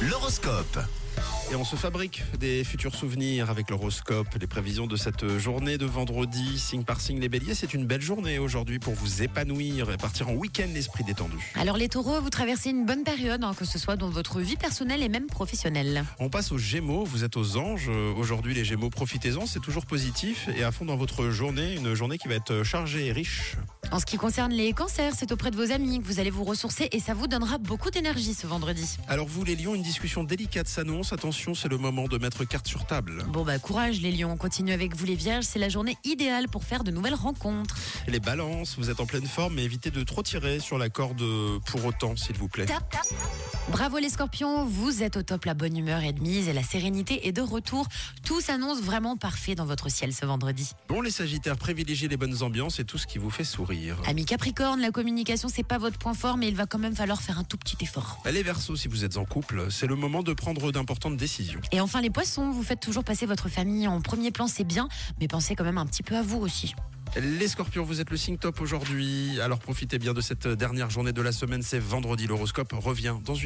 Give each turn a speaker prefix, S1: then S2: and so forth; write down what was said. S1: L'horoscope. Et on se fabrique des futurs souvenirs avec l'horoscope, les prévisions de cette journée de vendredi, signe par signe les béliers. C'est une belle journée aujourd'hui pour vous épanouir et partir en week-end l'esprit détendu.
S2: Alors les taureaux, vous traversez une bonne période, hein, que ce soit dans votre vie personnelle et même professionnelle.
S1: On passe aux gémeaux, vous êtes aux anges. Euh, Aujourd'hui les gémeaux, profitez-en, c'est toujours positif et à fond dans votre journée, une journée qui va être chargée et riche.
S2: En ce qui concerne les cancers, c'est auprès de vos amis que vous allez vous ressourcer et ça vous donnera beaucoup d'énergie ce vendredi.
S1: Alors vous les lions, une discussion délicate s'annonce. Attention, c'est le moment de mettre carte sur table.
S2: Bon bah courage les lions, on continue avec vous les vierges, c'est la journée idéale pour faire de nouvelles rencontres.
S1: Les balances, vous êtes en pleine forme, mais évitez de trop tirer sur la corde pour autant, s'il vous plaît.
S2: Tap Bravo les scorpions, vous êtes au top, la bonne humeur est de mise et la sérénité est de retour. Tout s'annonce vraiment parfait dans votre ciel ce vendredi.
S1: Bon, les Sagittaires, privilégiez les bonnes ambiances et tout ce qui vous fait sourire.
S2: Amis Capricorne, la communication c'est pas votre point fort mais il va quand même falloir faire un tout petit effort.
S1: Les Verseaux, si vous êtes en couple, c'est le moment de prendre d'importantes décisions.
S2: Et enfin les poissons, vous faites toujours passer votre famille en premier plan, c'est bien, mais pensez quand même un petit peu à vous aussi.
S1: Les Scorpions, vous êtes le signe top aujourd'hui. Alors profitez bien de cette dernière journée de la semaine. C'est vendredi. L'horoscope revient dans une